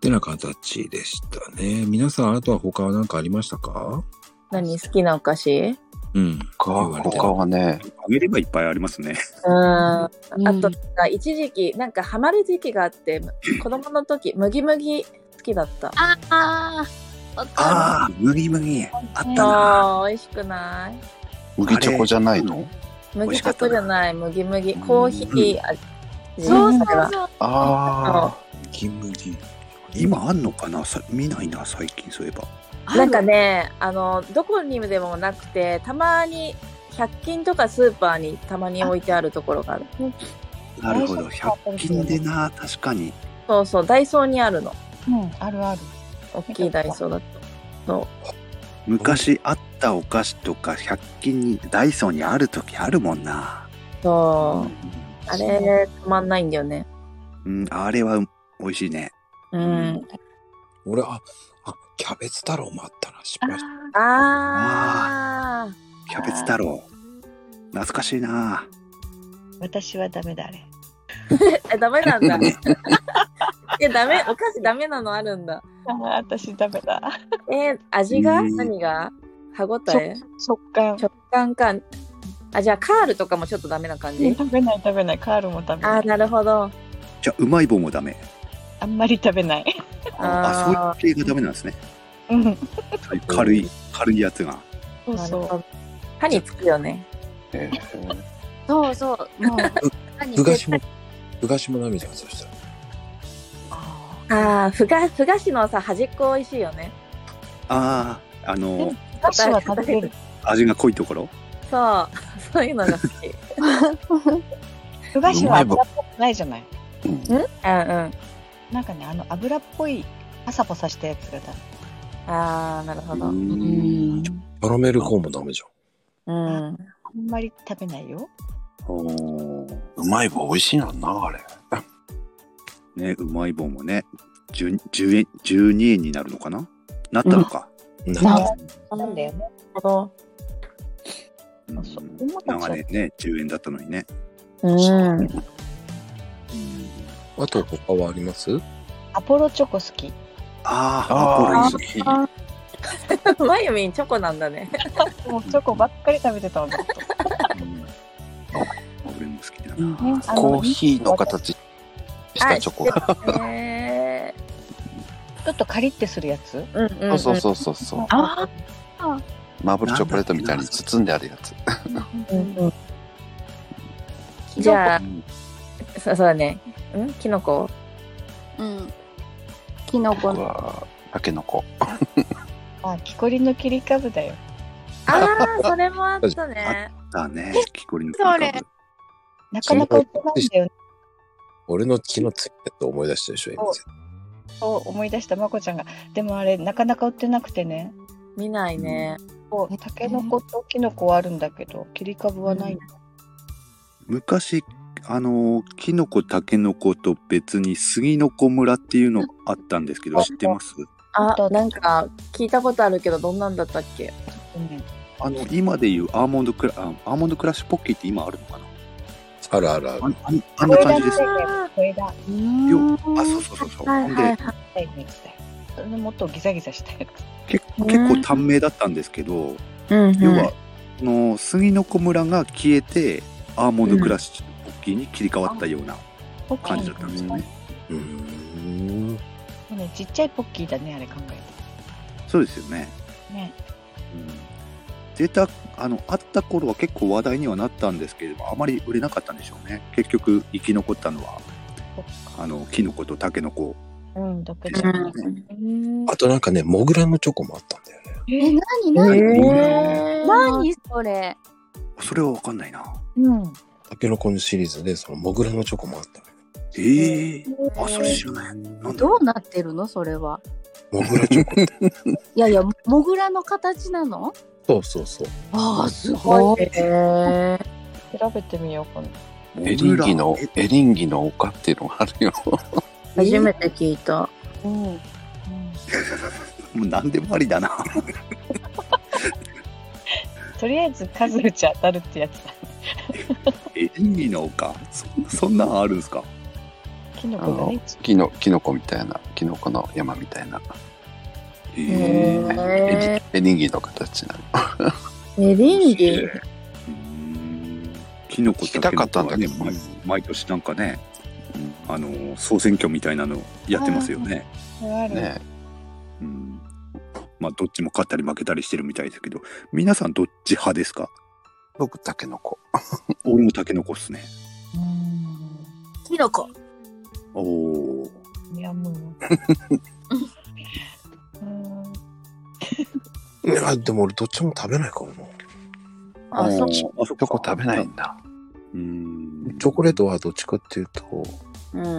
てな形でしたね。皆さん、あなたは他は何かありましたか何好きなお菓子うん。か言われて他はね、あげればいっぱいありますね。うん。あうんと、一時期、なんかハマる時期があって、子供の時、麦麦好きだった。ああー、わかああ、麦麦。あったな。ああ、美味しくない麦チョコじゃないの麦チョコじゃない、麦麦。コーヒー味。る。そうそうそれはそう。あ麦麦。今あんのかなさ見ないな、最近そういえば。なんかね、あの、どこにでもなくて、たまに、100均とかスーパーにたまに置いてあるところがある。なるほど。大丈夫100均でな、確かに。そうそう、ダイソーにあるの。うん、あるある。大きいダイソーだと。昔あったお菓子とか、100均に、ダイソーにある時あるもんな。そうう。あれ、たまんないんだよね。ん、あれは美味しいね。うん。俺、あ、あ、キャベツ太郎もあったな。失あ敗した。あー。キャベツ太郎。懐かしいな。私はダメだあれ。え、ダメなんだ。ね え、ダメ、お菓子ダメなのあるんだ。あー私ダメだ。えー味が、うん何が歯ごたそえ食感。食感か。あ、じゃあカールとかもちょっとダメな感じ、食べない食べない。カールも食べあなーい。なるほど。じゃあ、うまい棒もダメ。あんまり食べない。ああーそういう系がダメなんですね。うん。軽い、軽いやつが。そうなるそう。ほど。歯につくよね。ーえーそうそう。もう、何ふがしも、ふがしも涙がそしたら。ああ、ふが、ふ菓子のさ、端っこ美味しいよね。ああ、あの、私は食べる。味が濃いところ。そう、 そういうのが好き。うんふ菓子は油っぽくないじゃない。うん。なんかね、あの油っぽいパサパサしたやつがダメ。ああ、なるほど。ううんん。キャラメルコーンもダメじゃん。うん。あんまり食べないよ。おーうまい棒美味しいのにな、あれ。ね、うまい棒もね、10 10円、12円になるのかななったのか。なんかなんだよね。なるほど。うあんそう子供たちは長年ね、10円だったのにね。 うん。あと他はありますアポロチョコ好き。ああ、アあポロいいねあ、まゆみんチョコなんだね。もうチョコばっかり食べてたの。ずっとうんあ俺も好きだな。ねあコーヒーの形したチョコ。あ。えちょっとカリってするやつ。ー、うんうん、うそん。うそうそうそうそう。あマーブルチョコレートみたいに包んであるやつ。うんうんじゃあ、そうそうだね。んキノコあ、うん。キノコ僕の。はタケノコ。あ、木こりの切り株だよ。あ あ、それもあったね。だね、木こりのそれ切りなかなか売ってないんだよね。俺の血のついたやつ思い出したでしょ、今。そう思い出したまこちゃんが。でもあれ、なかなか売ってなくてね。見ないね。そう、タケノコとキノコはあるんだけど、切り株はないんだ。株昔、あの、キノコ、タケノコと別に杉の子村っていうのがあったんですけど、知ってますあ、なんか聞いたことあるけど、どんなんだったっけうんあの、今でいうアーモンドクラ、あアーモンドクラッシュポッキーって今あるのかなあるあるあある。んあんあんな感じです。あこれだ。うよん。あ、そうそうそうそーう。はほいんはでい、はい。第二つだよそれのもっとギザギザしたやつ。結うん結構短命だったんですけど、うんうん、要は、この杉の子村が消えて、アーモンドクラッシュポッキーに切り替わったようなポッキ感じだー。ったんですよね。うーん。もうね、ちっちゃいポッキーだね、あれ考えそうですよね。て。ね。うん、出た、あの、あった頃は結構話題にはなったんですけれども、あまり売れなかったんでしょうね。結局、生き残ったのは、あの、キノコとタケノコ。うん、だけでどす。よねあとなんかね、モグラのチョコもあったんだよね。え、なになにえー、何それ。それはわかんないな。うん。タケノコのシリーズで、そのモグラのチョコもあったのよ。ええあ、それ知らない。なんだどろうなってるのそれは。モグラチョコ。いやいや、モグラの形なのそうそうそう。ああ、すおごい。えー、調べてみよう、今度。う。エリンギの、エリンギの丘っていうのがあるよ。初めて聞いた。うん。もう何でもありだな。とりあえず数打ち当たるってやつだ。エリンギの丘そんなそんなんあるんですかキノあコがのね。キノキノコみたいなキノコの山みたいなへーへエリンギの形なのーエリンギ。うんキノコ聞きたかったんだけどタケノコはね毎毎年なんかねあの総選挙みたいなのやってますよね。あるねうんまあどっちも勝ったり負けたりしてるみたいですけど皆さんどっち派ですか僕タケノコ俺もタケノコっすね。キノコ。おおいやもう。うんいや、でも俺どっちも食べないからな。あ、うんそう。チあそっョコ食べないんだうんチョコレートはどっちかっていうと、うん。あ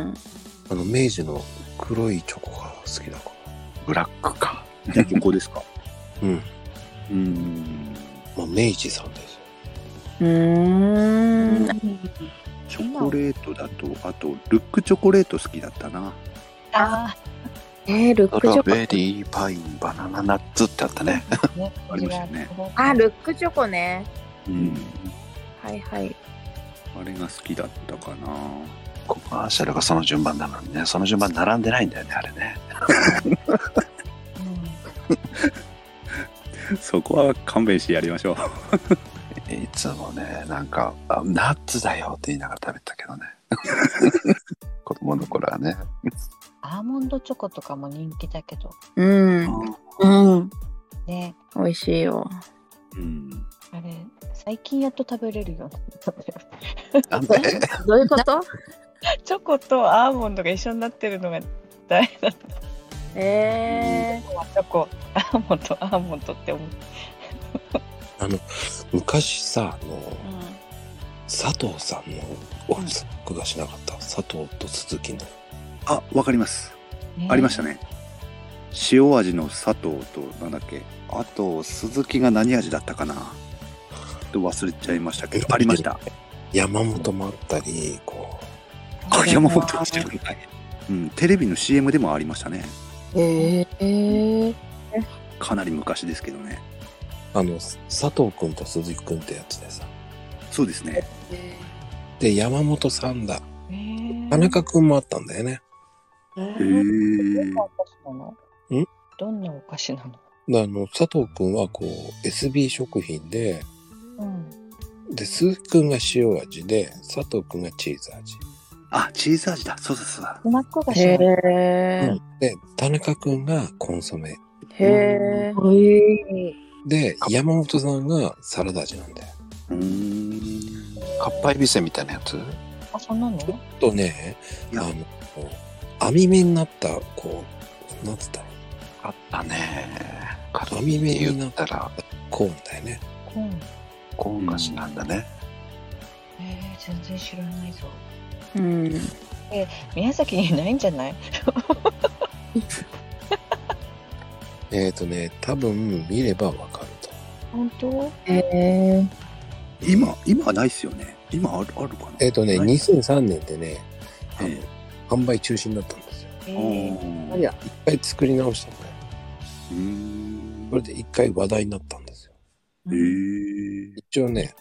の、明治の黒いチョコが好きだかブラックか焼きこです から。うん。うんまあ、明治さんですよ。うーん。チョコレートだとあとルックチョコレート好きだったなあえー、ルッスクチトョロベコ。リーパインバナナナッツってあったねーねありましたね。あ、ルックチョコね。うんはいはい。あれが好きだったかな コマーシャルがその順番なのにねその順番並んでないんだよねあれねそこは勘弁してやりましょう いつもねなんかあ「ナッツだよ」って言いながら食べてたけ どね子供の頃はねアーモンドチョコとかも人気だけど。うん。うん。ね。美味しいよ。うんあれ、最近やっと食べれるようになった。なんでどういうこと チョコとアーモンドが一緒になってるのが大変だった。えー。チョコ、アーモンド、アーモンドって思って。あの、 昔さ、あの、佐藤さんのオフサックがしなかった。佐藤と鈴木の。あわかりますありましたね塩味の砂糖となんだっけあと鈴木が何味だったかなちょっと忘れちゃいましたけどありました山本もあったり、こう、あ山本は知らないうんテレビの CM でもありましたねええ。かなり昔ですけどねあの、佐藤くんと鈴木くんってやつでさ。そうですねで、山本さんだ。ね。田中くんもあったんだよね。へえどんなお菓子なのんどんなお菓子なでのあの、佐藤くんはこう、SB 食品で、うん。で、鈴木くんが塩味で、佐藤くんがチーズ味。あチーズ味だそうだそうだスナック菓子なのへー。で、田中くんがコンソメ。へー。で、山本さんがサラダ味なんだよ。うーんかっぱえびせんみたいなやつあ、そんなのへとね、いあやの、こう網目になった、こう、なんつったらいいあったね網目ってにな言っったたらコーンだよね。高菓子なんだね、え、全然知らないぞ。うん。宮崎にいないんじゃないえっ、とね、多分見ればわかると。本当へー。今今はないっすよね今あるあるかなえっ、とね、ない2003年でね、あのえ販売中止になったんですよ。あええ。ーいや、一回作り直したんだよ。うーんこれで一回話題になったんですよ。へえ一応ね、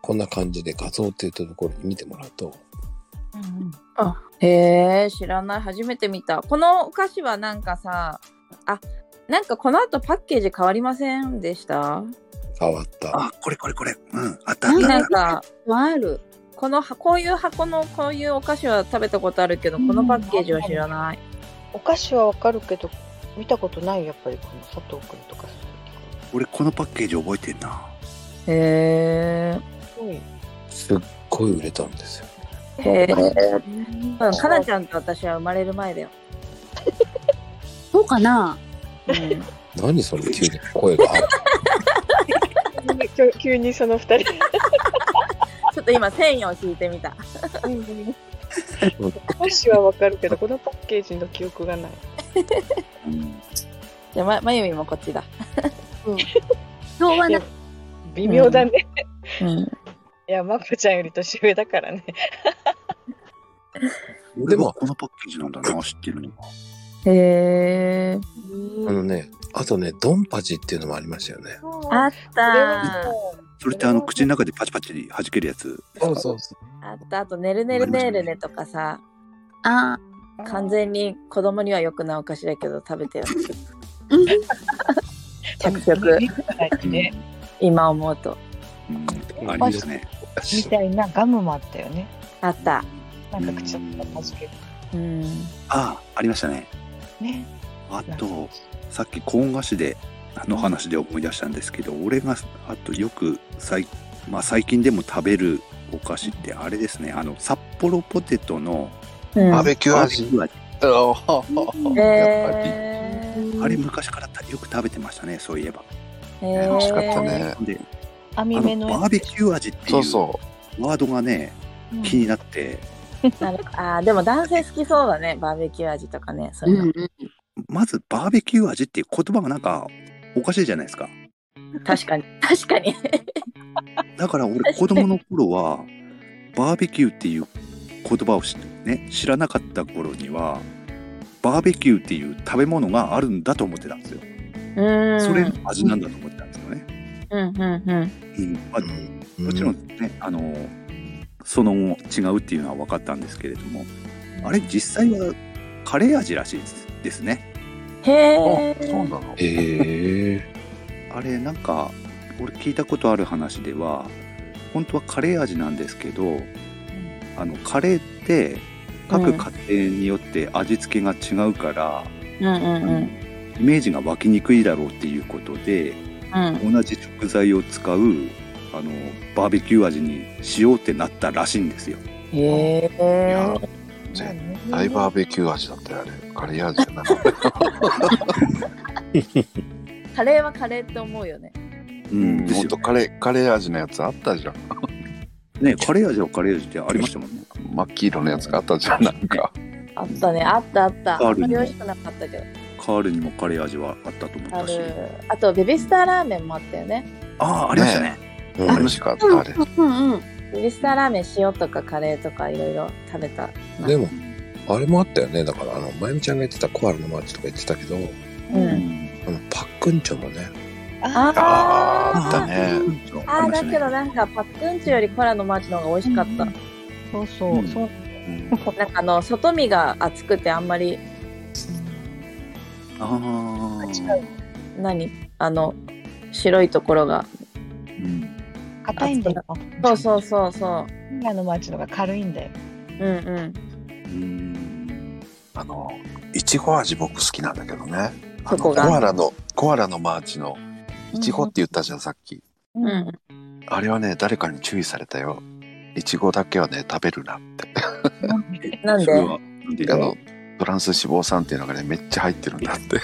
こんな感じで画像っていうところに見てもらうと、うんうんへー、知らない。初めて見た。このお菓子はなんかさ、あ、なんかこの後パッケージ変わりませんでした変わった。あこれこれこれうんあったあったなんか、ある。この箱、こういう箱のこういうお菓子は食べたことあるけど、このパッケージは知らない。お菓子はわかるけど、見たことない、やっぱりこの佐藤くんとか鈴俺このパッケージ覚えてんなへ木くんすごい。すっごい売れたんですよ。ー。へー。うんうん、かなちゃんと私は生まれる前だよ。そうかな。うん何その急に声 が。急に急にその二人。ちょっと今繊維を引いてみた。お菓子はわかるけど、このパッケージの記憶がない。じゃあ、ま、まゆみもこっちだ。今日はな。微妙だね。うん。いや、まこちゃんより年上だからね。でも俺はこのパッケージなんだな知ってるのへー。あのね、あとね、ドンパチっていうのもありましたよね。あっそれた。はもうそれってあの口の中でパチパチ弾けるやつそうそうそう。あった。あと、ねるねるねるねとかさ。あ完全に子供には良くないお菓子だけど食べてる着々うんね今思うとうん、ありですね。みたいなガムもあったよね。あったなんか口の中助けるうんああ、ありましたね。ね。あと、さっきコーン菓子での話で思い出したんですけど、俺があとよく最,、まあ、最近でも食べるお菓子ってあれですねあの札幌ポテトのうんバーベキューバーベキ味。ュー味おーやっぱり。えーあれ昔からたよく食べてましたねそういえばえねー美味しかったね。であ網目ののバーベキュー味っていそううそワードがねうん気になって、なるあーでも男性好きそうだねバーベキュー味とかねそうういうのんまずバーベキュー味っていう言葉がなんかおかしいじゃないですか確かに確かにだから俺子供の頃はバーベキューっていう言葉を知,、ね、知らなかった頃にはバーベキューっていう食べ物があるんだと思ってたんですよ。うんそれの味なんだと思ってたんですよね。うんうんうんうんまあ、もちろんね、あのその後違うっていうのは分かったんですけれどもあれ実際はカレー味らしいですですね。へう。えあ、そうなの。へえあれなんか俺聞いたことある話では本当はカレー味なんですけどあのカレーって各家庭によって味付けが違うから、うんうんうあのんイメージが湧きにくいだろうっていうことでうん同じ食材を使うあのバーベキュー味にしようってなったらしいんですよ。へいえや、絶対バーベキュー味だったよ、あれ。カレー味じゃなかった。カレーはカレーって思うよねうん、ですほよんとカレー、カレー味のやつあったじゃん。ねカレー味はカレー味ってありましたもんね。真っ黄色のやつがあったじゃん、なんか。あったねあったあったああるねんまり美味しくなかったけどカールにもカレー味はあったと思っあたし。るあとベビースターラーメンもあったよねああありましたね。うん美味しかった、あれ。うんうんベビースターラーメン塩とかカレーとかいろいろ食べたでもあれもあったよねだからあのまゆみちゃんが言ってたコアラのマーチとか言ってたけどううんんあのパックンチョもねああーあったーね。ああーりましだたけどね。なんかパックンチよりコラのマーチの方が美味しかった、そうそううんそううんなんかあの外身が厚くてあんまりあ違う何あの白いところがあ、うん、硬いんだよそうそうそうそ今の町のが軽いんだよううんうんうんあの、いちご味僕好きなんだけどね。あそのこコがアラの、コアラのマーチの、いちごって言ったじゃん、さっき。ううんんあれはね、誰かに注意されたよ。いちごだけはね、食べるなって。なんそでれはなんであの、トランス脂肪酸っていうのがね、めっちゃ入ってるんだ って。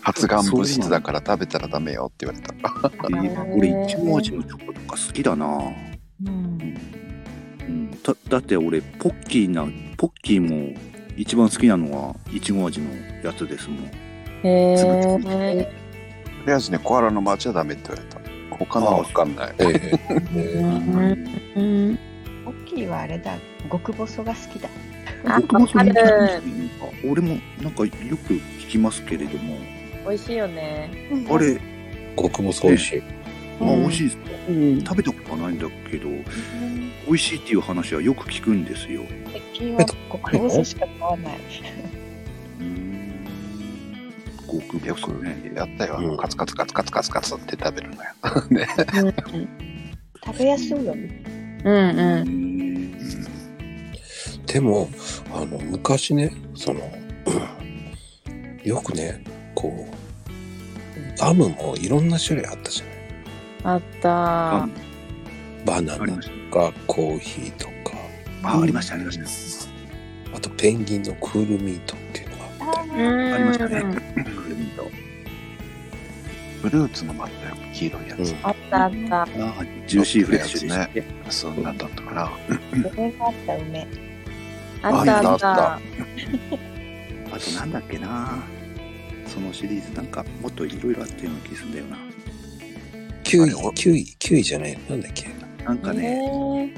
発がん物質だから食べたらダメよって言われた。えー俺いちご味のチョコとか好きだな、うんうん、だだって俺ポッキーなポッキーも一番好きなのはいちご味のやつですもんへえとりあえずね、コアラのマーチはダメって言われた。他のはわかんない。ええうん大きいはあれだ極細が好きだあ僕もそれわかるなんか俺もなんかよく聞きますけれども美味しいよねあれ、極細美味しいあうん美味しいですかうん食べたことはないんだけど美味しいっていう話はよく聞くんですよ最近は極細しか買わない極よ細くねやったよ、あうのんカツカツカツカツカツカツって食べるのよ。ね、食べやすいよねうんううんんでもあの昔ねその うんよくねこうガムもいろんな種類あったじゃないあったバナありまナしとかコーヒーとかたあありましたありましたあとペンギンのクールミートっていうのがあったようんありましたねくるみとフルーツのもあったよ、黄色いやつ。うんあったあったああジューシーフレッシュでしたっけそんなんだったかな。梅があった梅あったあったああとなんだっけなそのシリーズなんかもっといろいろあったような気がするんだよなキウイあれおキウイキウイじゃないなんだっけなんかねね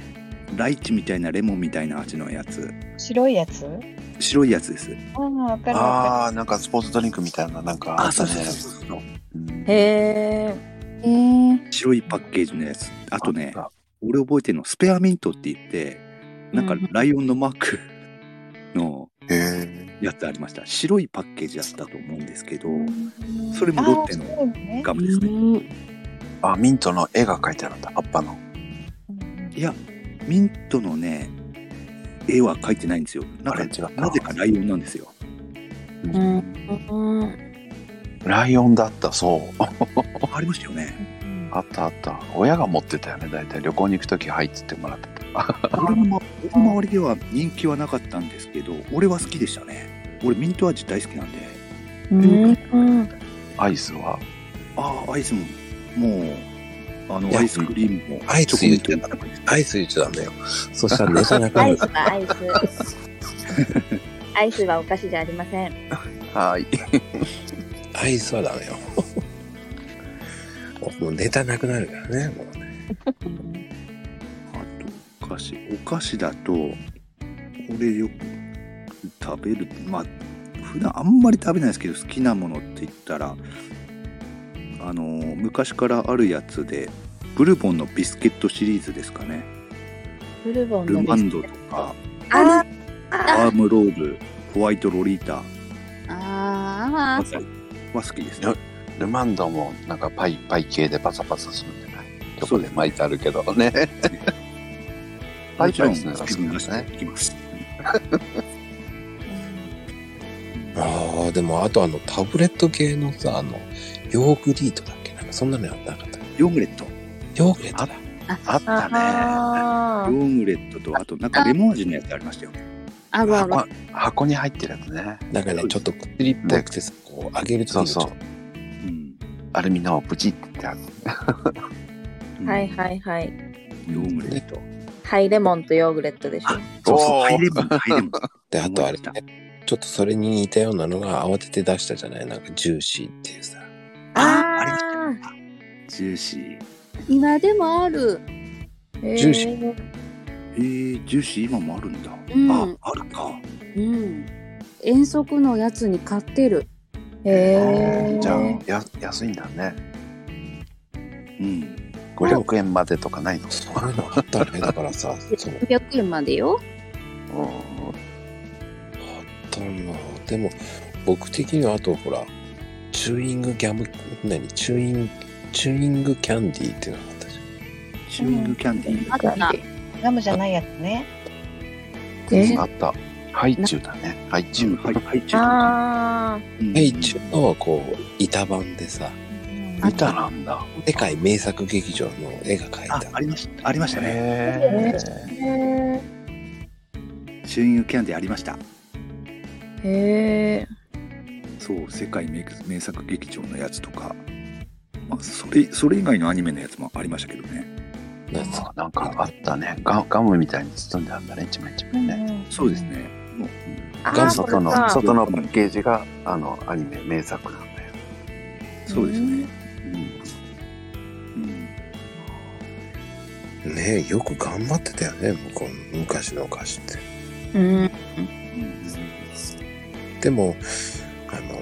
ライチみたいなレモンみたいな味のやつ白いやつ白いやつですああわかるわかあー、なんかスポーツドリンクみたいな、なんかあっそたうねそうそうそううんへええー白いパッケージのやつあとねあっ俺覚えてるのスペアミントって言ってなんかライオンのマーク、 やつありました。白いパッケージだったと思うんですけど、それもロッテあーそうのねガムですね。あ、ミントの絵が描いてあるんだ。葉っぱの。うんいや、ミントのね、絵は描いてないんですよ。なあんれか違った。なぜかライオンなんですよ。うんライオンだった、そう。ありましたよね。あったあった。親が持ってたよね。大体旅行に行くとき入ってってもらってた。俺のま俺の周りでは人気はなかったんですけど、俺は好きでしたね。俺ミント味大好きなんで、うんアイスはああ、アイスも、もう、あいの、やアイスクリームも、アイス言っチてョたコミントもアイス言っちゃダメよ。そしたらネタなくアなイるス。かアイス。アイスはお菓子じゃありません。はい。 アイスはダメよ。 もうネタなくなるからね。もうねあとお菓子お菓子だとこれよく食べるまあ普段あんまり食べないですけど好きなものって言ったらあの昔からあるやつでブルボンのビスケットシリーズですかねブルボンルのマビスンドとかあアームロールホワイトロリータあああ、たりは好きですよねっルマンドもなんかパイ、パイ系でパサパサするんじゃないどそうこでです巻いてあるけど ね。もちろんパイパイですね好きに出していきますああ、でもあとあのタブレット系のさ、あの、ヨーグリートだっけなんかそんなのやってなかった。ヨーグレットヨーグレートだ。あったね。あヨーグレットとあとなんかレモン味のやつありましたよあるある。箱箱に入ってるやつね。なんかね、ちょっと薬っぽくてさ、こう、揚げるとそうきにちょそっうと。うんアルミのプチってやつ。うんはいはいはい。ヨーグレットハイレモンとヨーグレットでしょ。そうそうおー入れば入ればで、あとあれ思いね、ちょっとそれに似たようなのが慌てて出したじゃないなんかジューシーっていうさ。あジューシー今でもある。あ、えジューシえー、ジューシー今もあるんだ、うんああるかうん。遠足のやつに買ってる。えー、じゃあ、や、安いんだね。うん500円までとかないのそういうのあったね。だからさ、その、 500円までよ。うあったなでも僕的にはあとほらチューイングギャム何チューインチューイングキャンディーっていうのがあったじチューイングキャンディー、あとな。ガムじゃないやつね。えん。あった。ハイチュウだね。ハイチうん、ュウ。はいはいチューあインゃん。グイチュのこう板版でさ見たなんだ。世界名作劇場の絵が描いあたありましたありましたねへーーへチューイングキャンディーありましたえへそう世界名名作劇場のやつとか、まあ、それそれ以外のアニメのやつもありましたけどねなんかあなんかあったねガ。ガムみたいに包んであるんだね、一枚一枚ね。そうですねもうあ元祖外のあーそれか外のパッケージがあのアニメ名作なんだよ。そうですねうん、ねよく頑張ってたよね向こうの昔のお菓子ってうんでもあの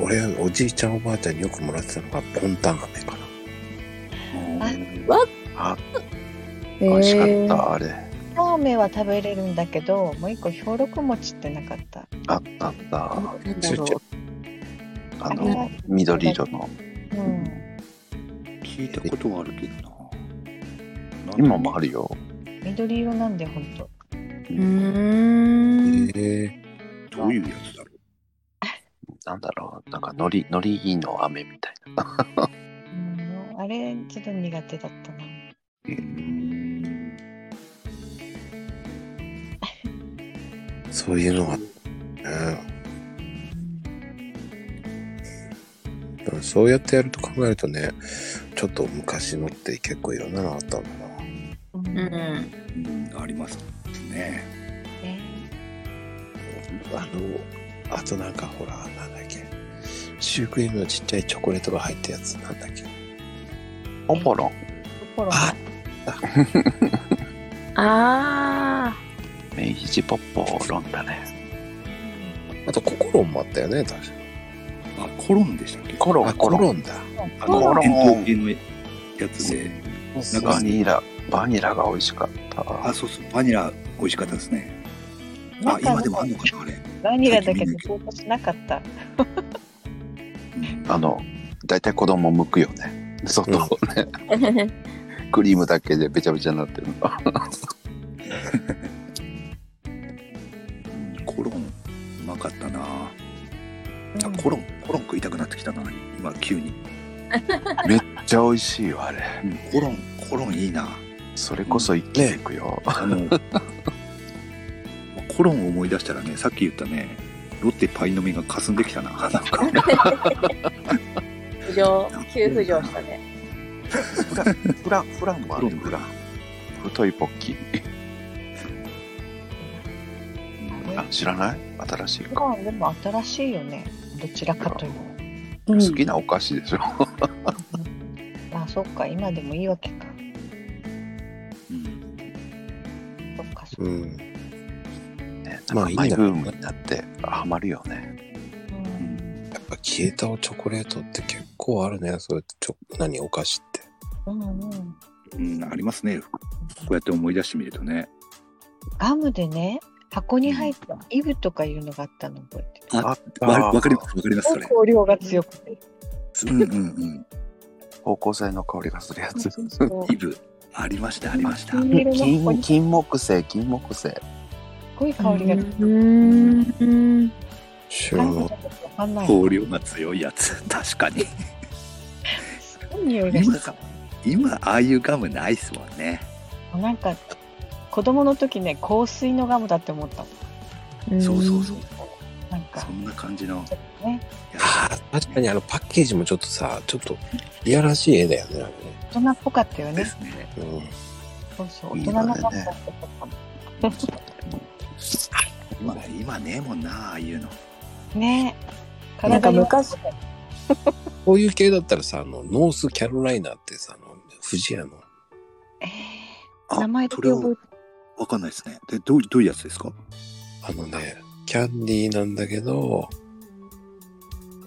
お俺はおじいちゃんおばあちゃんによくもらってたのがポンタン飴かなうんああ、美美味しかった、あれ。ラーメンは食べれるんだけど、もう一個兵六餅ってなかった。あったあった。なんだちゅろうちょああれはの、緑色の。うん。聞いたことはあるけどな今もあるよ。緑色なんでほんと。うーんえどういうやつだろなんだろう。なんか、のり、のりの飴みたいうな。んあれ、ちょっと苦手だったな。う、うんーそういうのがあったねでもそうやってやると考えるとねちょっと昔のって結構いろんなのあったんだなううんねんうん、ありますね。あのあとなんかほらなんだっけシュークリームのちっちゃいチョコレートが入ったやつなんだっけオポロン。ところがああ明治ポッポロンだね。あとココロンもあったよね確かあ、コロンでしたっけコロあン、ココロン。ロンだあコロン伝統系のやつで。なんかバニラ、バニラが美味しかった。あ、そうそう、バニラ美味しかったですね。あ、今でもあんのかな、あれ。バニラだけど想像しなかった。うんあの大体子供剥くよね外をね、クリームだけでべちゃべちゃになって るのコロン、うまかったな。あコロン、コロン食いたくなってきたな、今、急に。めっちゃ美味しいよあれうんコロン、コロンいいな。それこそ一気にいくよ、 あの、コロンを思い出したらね、さっき言ったね、ロッテパイの実が霞んできたな、なんか。浮上、急浮上したね。フランフランもあるよフラン太いポッキーあ知らない新しいか、まあでも新しいよね。どちらかというと。うん好きなお菓子でしょあそっか、今でもいいわけか。うんそっか、そっうか。うんん。ねまあなんかマイいいんだブームになってハマるよねやっぱ消えたチョコレートって結構あるね。そうやってちょ何お菓子って。うんうん、うん、ありますね。こうやって思い出してみるとね。ガムでね、箱に入ったイブとかいうのがあったの覚えてる。ああわわかります、わかります、それ香。料が強くて。うんうんうん。芳香剤の香りがするやつイブ、ありました、ありました。金色の箱金にす金木犀金木犀っごい香りが。うん。知ら感なかったじことわかんない。香料が強いやつ、確かに。すごい匂いが今してさ、今、ああいうガムないっすもんね。た。なんか、子供の時ね、香水のガムだって思った。そうそうそう。なんかそ、んな感じの。ね、やあー確かにあのパッケージもちょっとさ、ちょっといやらしい絵だよね。大人っぽかったよでね。すね。あれねうんそうそう、大いい人ののだガねムだって思ったも今、今ねえもんな、ああいうの。ん。ねえ。なんか昔体にこういう系だったらさ、あの、ノースキャロライナってさ、あの、富士屋の。えー、あ名前だそけれ覚をえてわかんないですね。で、どうどういうやつですかあのね、キャンディーなんだけど、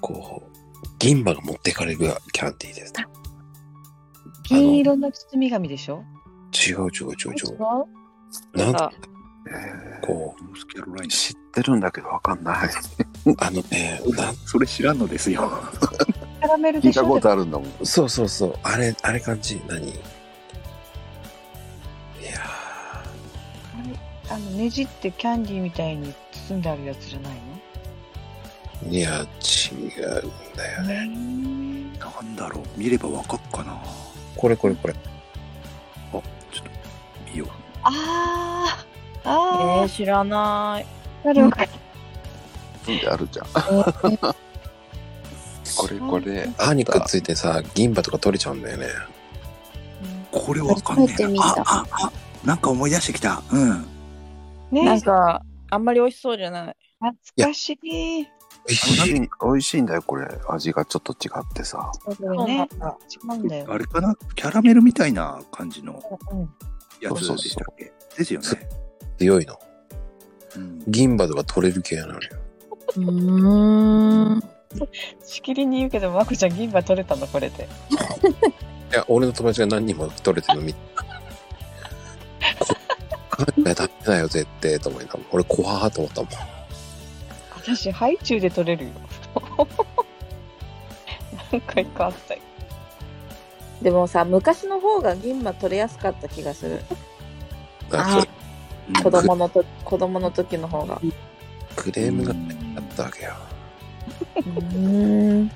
こう、銀歯が持ってかれるキャンディーです。金色の包み紙でしょ違う違う違う違違う。うなんあかこ、ノースキャロライえーナ。知ってるんだけどわかんないうあのね、なんそれ知らんのですよ。キャラメル 聞でいしたょことあるんだもんそうそうそう。あれ、あれ感じ。何いやあのねじってキャンディーみたいに包んであるやつじゃないー、いや、違うんだよね。のなんだろう。見ればわかっかな。あ、これこれこれ。ちょっと、見よう。あーえあー、知らない。ーなるほどであるじゃんこれこれ歯にくっついてさ、銀歯とか取れちゃうんだよね。これわかんねえ初めて見な。あた、あ、あ、なんか思い出してきた。うん。ねなんか、あんまり美味しそうじゃない。懐かしい美味美味ししいい美味しいんだよこれ味がちょっと違ってさそうだよねそうなんだ違うんだよあれかなキャラメルみたいな感じのうんやつでしたっけですよね。強いの。うん銀歯とか取れる系なのよ。うん。しきりに言うけどまこちゃん銀歯取れたのこれでいや、俺の友達が何人も取れてるの見て。こいやダメだよ、絶対と思いながら。俺、怖ーと思ったもん。私ハイチュウで取れるよなんか一個あったよでもさ、昔の方が銀歯取れやすかった気がする。あそれ子供のと、子供の時の方が。クレームがあったわけよ。うん。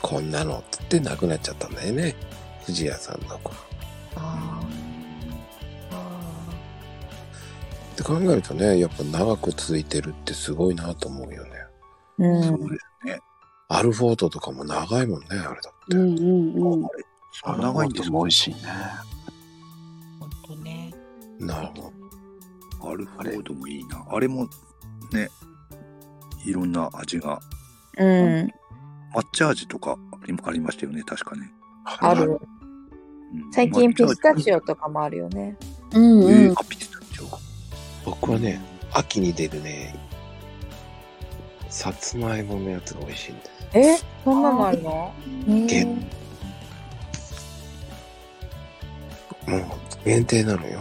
こんなのって言ってなくなっちゃったんだよね。藤屋さんの子。あって考えるとねやっぱ長く続いてるってすごいなと思うよねううんんそうですね。アルフォートとかも長いもんねあれだって、うんうんうん。あれそうあ長長いいんですかとも美味しいねほんとねなるほアルフォードもいいな。あれもね、いろんな味が。うん。抹茶味とかありありましたよね、確かね。どある。うん最近ピスタチ。抹オとかもあるよね。う茶味えー。んうんあ、ピスタチオ。僕はね秋に出るねさつまいものやつが美味しいんですえ、そんなのあるのげもう限定なのよ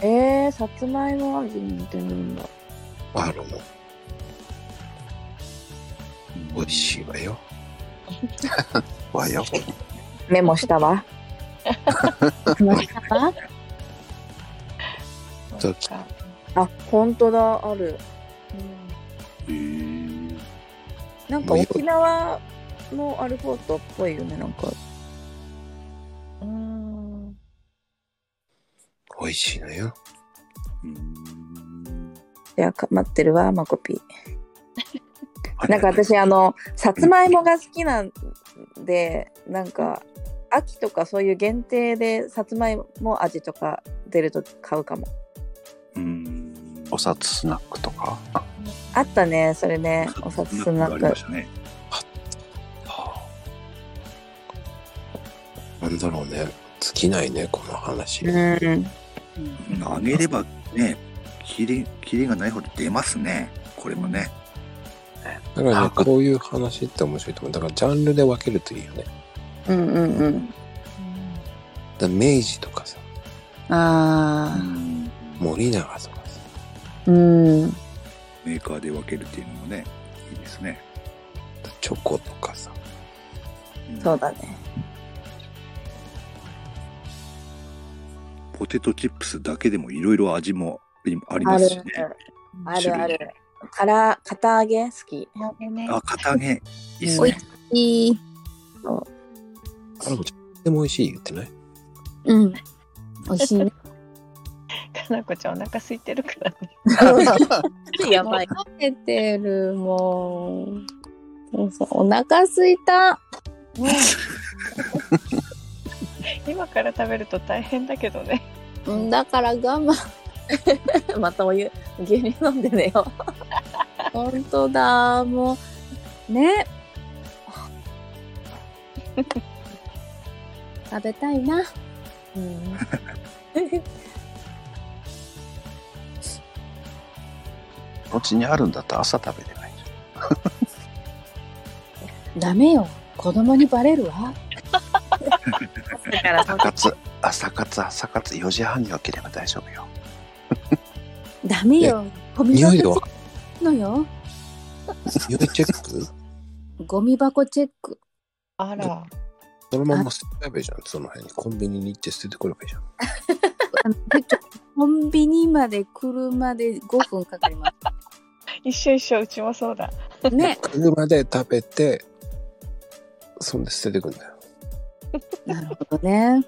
えー、さつまいも味に似てるんだ。あの、美味しいわよ。わよ。メモしたわ。もうしたわそうか。あ、本当だ、ある。うんへーなんか沖縄のアルフォートっぽいよね、なんか。うーん。美味しいのよ。うんいや、か待ってるわ、マコピー。はいなんか私、あの、さつまいもが好きなんで、なんか、秋とかそういう限定でさつまいも味とか出ると買うかも。うんお札スナック とか。ああったね、それね。お札スナあッりまク。したねなんだろうね。尽きないね、この話。うん。あげればねキレキレがないほど出ますねこれもねだからあね、こういう話って面白いと思う。だからジャンルで分けるといいよね。うんうんうん。だから明治とかさ、あうん森永とかさ。あ。うん。メーカーで分けるっていうのもねいいですねチョコとかさ。んそうだね。ポテトチップスだけでもいろいろ味もありあますしるね。あるあ種類る。から、片揚げ好き。なんかね。あ片揚げいいっすおねいいいあらもちゃん、とても美味しい言ってないうん美味しいねかなこちゃんお腹空いてるからね。やばい。食べてるもうそうそうお腹すいたねえ今から食べると大変だけどね。うんだから我慢またお湯、牛乳飲んでねよ。本当だもうね食べたいなお家にあるんだったら朝食べれない。ダメよ子供にバレるわだから、朝活、朝活、朝活、4時半に起きれば大丈夫よ。ダメよゴミ匂箱いチでェわックのよ匂いチェックゴミ箱チェックあら。そのまんま捨てればいいじゃん。その辺にコンビニに行って捨ててくればいいじゃん。あのコンビニまで車で5分かかりま一緒一緒、うちもそうだ。すね車で食べて、そんで捨ててくんだよ。なるほどね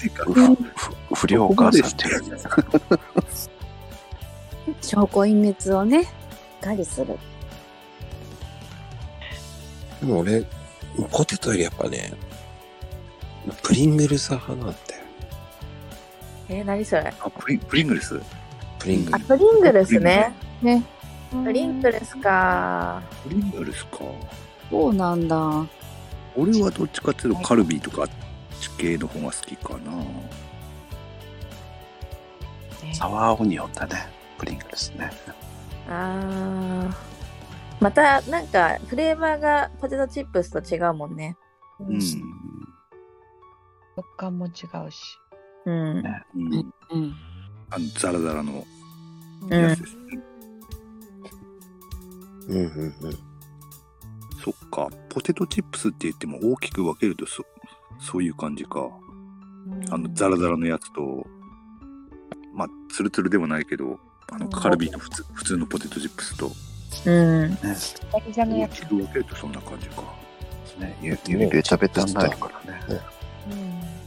てかうふふ不良お母さんっていう。証拠隠滅をねしっかりするでも俺、ポテトよりやっぱね、プリングルス派なんだよ。え、何それ。あプリンプリングルスプリングあ、ルス。プリングルスね。ププリングルスか。プリングルスかそうなんだ俺はどっちかっていうとカルビーとかあっち系の方が好きかなサワーオニオンだね。プリングルスね。ああ。また、なんか、フレーバーがポテトチップスと違うもんね。ううんん、食感も違うし。うん。うん、うんあのザラザラのうやんつですね、うんうんうん。そっかポテトチップスって言っても大きく分けるとそそういう感じかあのザラザラのやつとまあツルツルではないけどあのカルビーの普通普通のポテトチップスとうん。ね。ザリザリのや大つきく分けるとそんな感じかねゆゆりべちゃべたになるからね。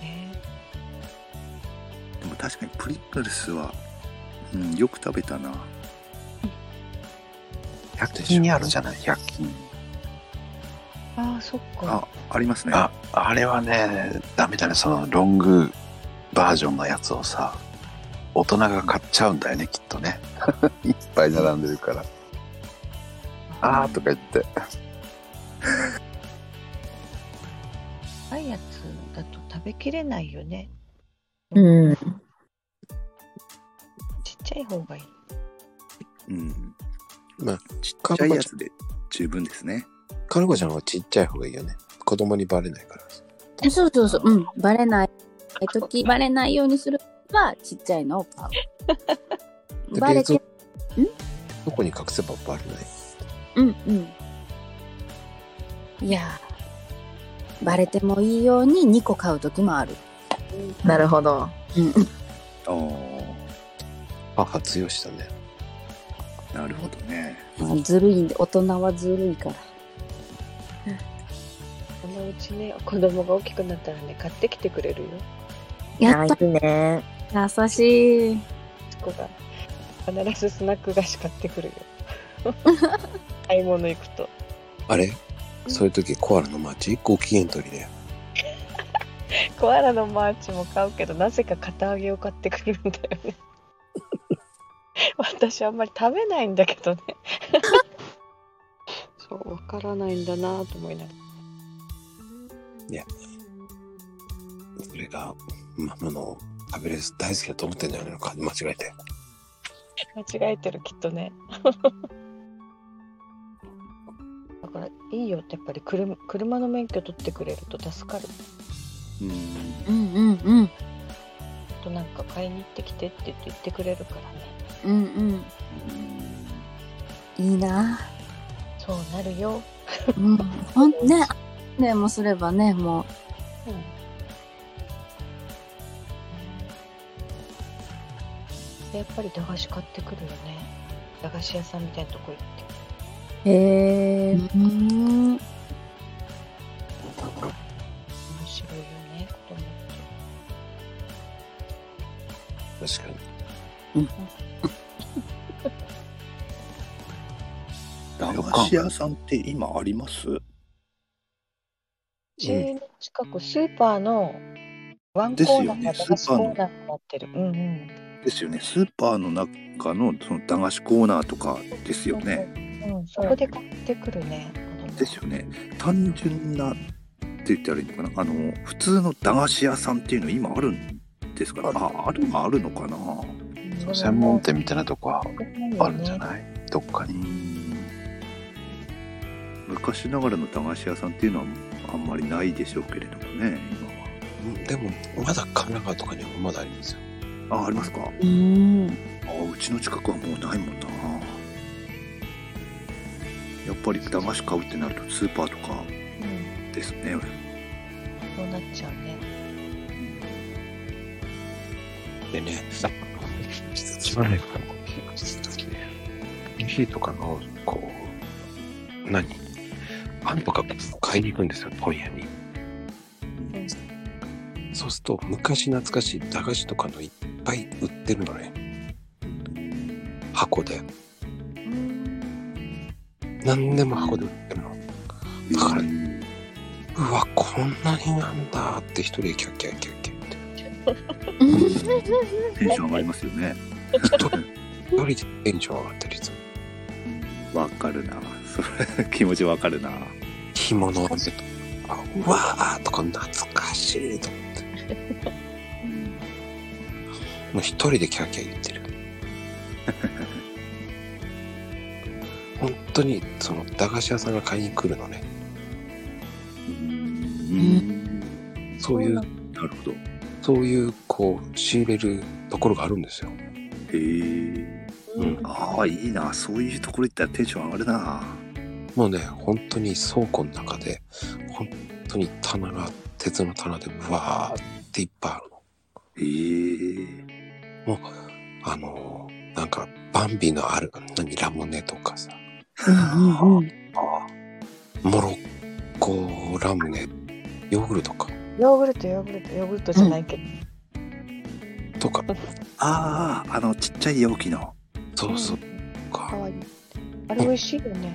ね。でも確かにプリングルスは、うん、よく食べたな100均にあるじゃない ?100 均。ああ、そっか。あありますねあ、あれはね、ダメだね。そのロングバージョンのやつをさ、大人が買っちゃうんだよね、きっとね。 いっぱい並んでるから。あーとか言って。高いやつだと食べきれないよね。うん。ちっちゃい方がいい。うんまあ、ちっちゃいやつで十分ですねカルコちゃんはちっちゃい方がいいよね。子供にバレないから。そうそうそう、うん、バレない。え時バレないようにするはちっちゃいのを買 う。でバレ冷て蔵、どこに隠せばバレない。うんうん。いやー、バレてもいいように2個買う時もある。なるほど。うん、ああ母強しだね。なるほどねずるいんで、大人はずるいから。そのうちね子供が大きくなったらね買ってきてくれるよやっいいね。ぱ優しい。息子が必ずスナック菓子買ってくるよ買い物行くとあれそういう時コアラのマーチご機嫌取りだよ。コアラのマーチも買うけどなぜか片揚げを買ってくるんだよね私あんまり食べないんだけどねそうわからないんだなと思いながらそれがママの食べれる大好きだと思ってんじゃないのか間違えて。間違えてるきっとねだからいいよってやっぱり車車の免許取ってくれると助かるうんうんうんうん。あとなんか買いに行ってきてって言って言ってくれるからねうんうん。いいな。そうなるよ、うん。ほんね、ねもすればね、もうんでやっぱり駄菓子買ってくるよね駄菓子屋さんみたいなとこ行ってへえ。う。うん。面白いよね子供って確かに。駄菓子屋さんって今ありますう10年近くスーパーのワンコーナーが駄菓子コーナーになってる、うんうんですよねスーパーの中のその駄菓子コーナーとかですよね、うん、そこで買ってくるね。ですよね単純なって言ったらいいのかなあの普通の駄菓子屋さんっていうの今あるんですかねああるあるのかなそう専門店みたいなとこはあるんじゃいないどっかうにん昔ながらの駄菓子屋さんっていうのはあんまりないでしょうけれどもねうんでもまだ神奈川とかにもまだありますよ。今はあありますかうん。あうちの近くはもうないもんなやっぱり駄菓子買うってなるとスーパーとかうん、ですねそうなっちゃうね。でね、しばらくこうコーヒーとかの、こう、何パンとか買いに行くんですよ、今夜に。そうすると、昔懐かしい駄菓子とかのいっぱい売ってるのね。箱で。何でも箱で売ってるの。だから、うわ、こんなになんだって一人でキャッキャッキャッキャッって。テンション上がりますよね一人でテンション上がってるいつも。わかるな それ気持ちわかるな干物を見てあうわーとか懐かしいと思ってもう一人でキャーキャー言ってる本当にその駄菓子屋さんが買いに来るのねそういうなるほどへそういうこう仕入れるところがあるんですよえうんああいいなそういうところ行ったらテンション上がるなもうね本当に倉庫の中で本当に棚が鉄の棚でうわーっていっぱいあるのへえあのーなんかバンビのある何ラムネとかさモロッコラムネヨーグルトかヨーグルト、ヨーグルト、ヨーグルトじゃないけど。とかあああのちっちゃい容器のそうそうかかわいい。あれ美味しいよね。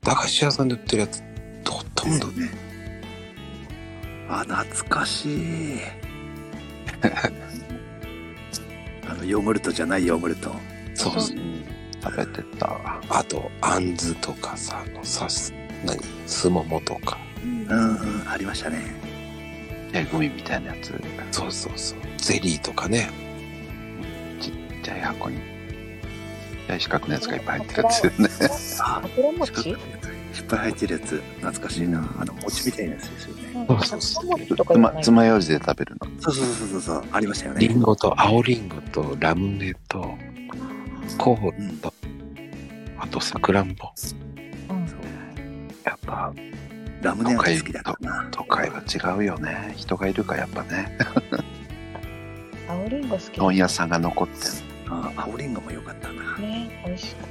駄菓子屋さんで売ってるやつほとんどねあ懐かしい あのヨーグルトじゃないヨーグルトそうそう食べてたあとあんずとかさあのさす何すももとかうんうんありましたねえグミみたいなやつそうそうそうゼリーとかねじゃあ箱にちっちゃい四角のやつがいっぱい入ってるやつよねあ、油餅四角のやついっぱい入ってるやつ懐かしいなあの餅みたいなやつですよねそうそうそうなんかトマトとかつじゃまないつまようじで食べるの。そうそうそうそうそうありましたよねリンゴと青リンゴとラムネとコーンと、あとさくらんぼやっぱラムネは好きだったな都会は違うよね。人がいるからやっぱね。青リンゴ好きだ問屋さんが残ってる。あ青リンゴも良かったなね美味しか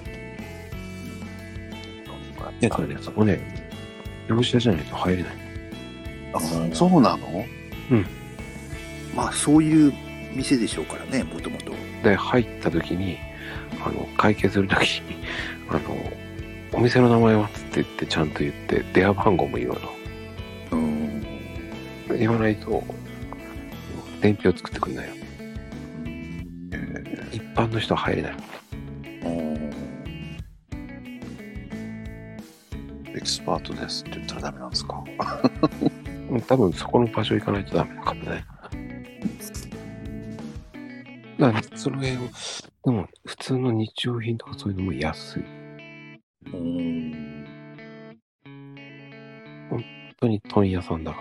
っね、それね、そこね、業者じゃないと入れない。あそうなのまあそういう店でしょうからねもともとで、入った時に、あの、会計する時に、 あの、お店の名前はつって言って、ちゃんと言って、電話番号も言わうんな。言わないと、伝票作ってくんないよ。一般の人は入れない。エキスパートですって言ったらダメなんですか多分そこの場所行かないとダメなかったね。だから、その辺を、でも、普通の日用品とかそういうのも安い。本当に問屋さんだか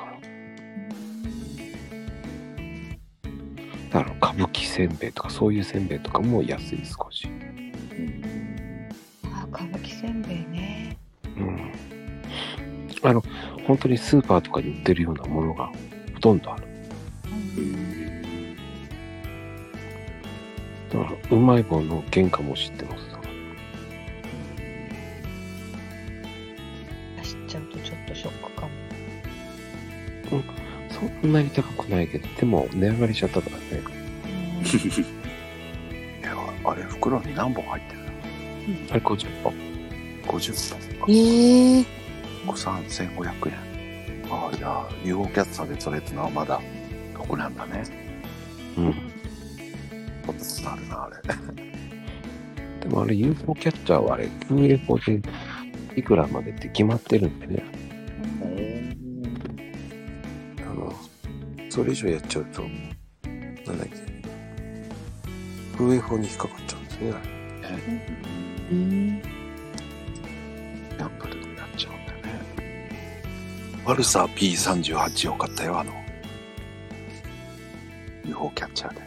ら。だから、歌舞伎せんべいとか、そういうせんべいとかも安い、少し。たあ歌舞伎せんべいねうん。あの、本当にスーパーとかに売ってるようなものがほとんどある。だから、うまい棒の原価も知ってます。走っちゃうとちょっとショックかもそんなに高くないけど、でも値上がりしちゃったからね。いやあれ袋に何本入ってるのあれ50本。 ?50 本ええ3500円ああいや UFO キャッツさんでそれってのはまだ得なんだねうん。こんなことあるなあれでもあれ UFO キャッチャーはあれ、UFO でいくらまでって決まってるんでね。あの、それ以上やっちゃうと、なんだっけ、風営法に引っかかっちゃうんですね。ギャンブルになっちゃうんだねワルサー P38 を買ったよあの UFO キャッチャーで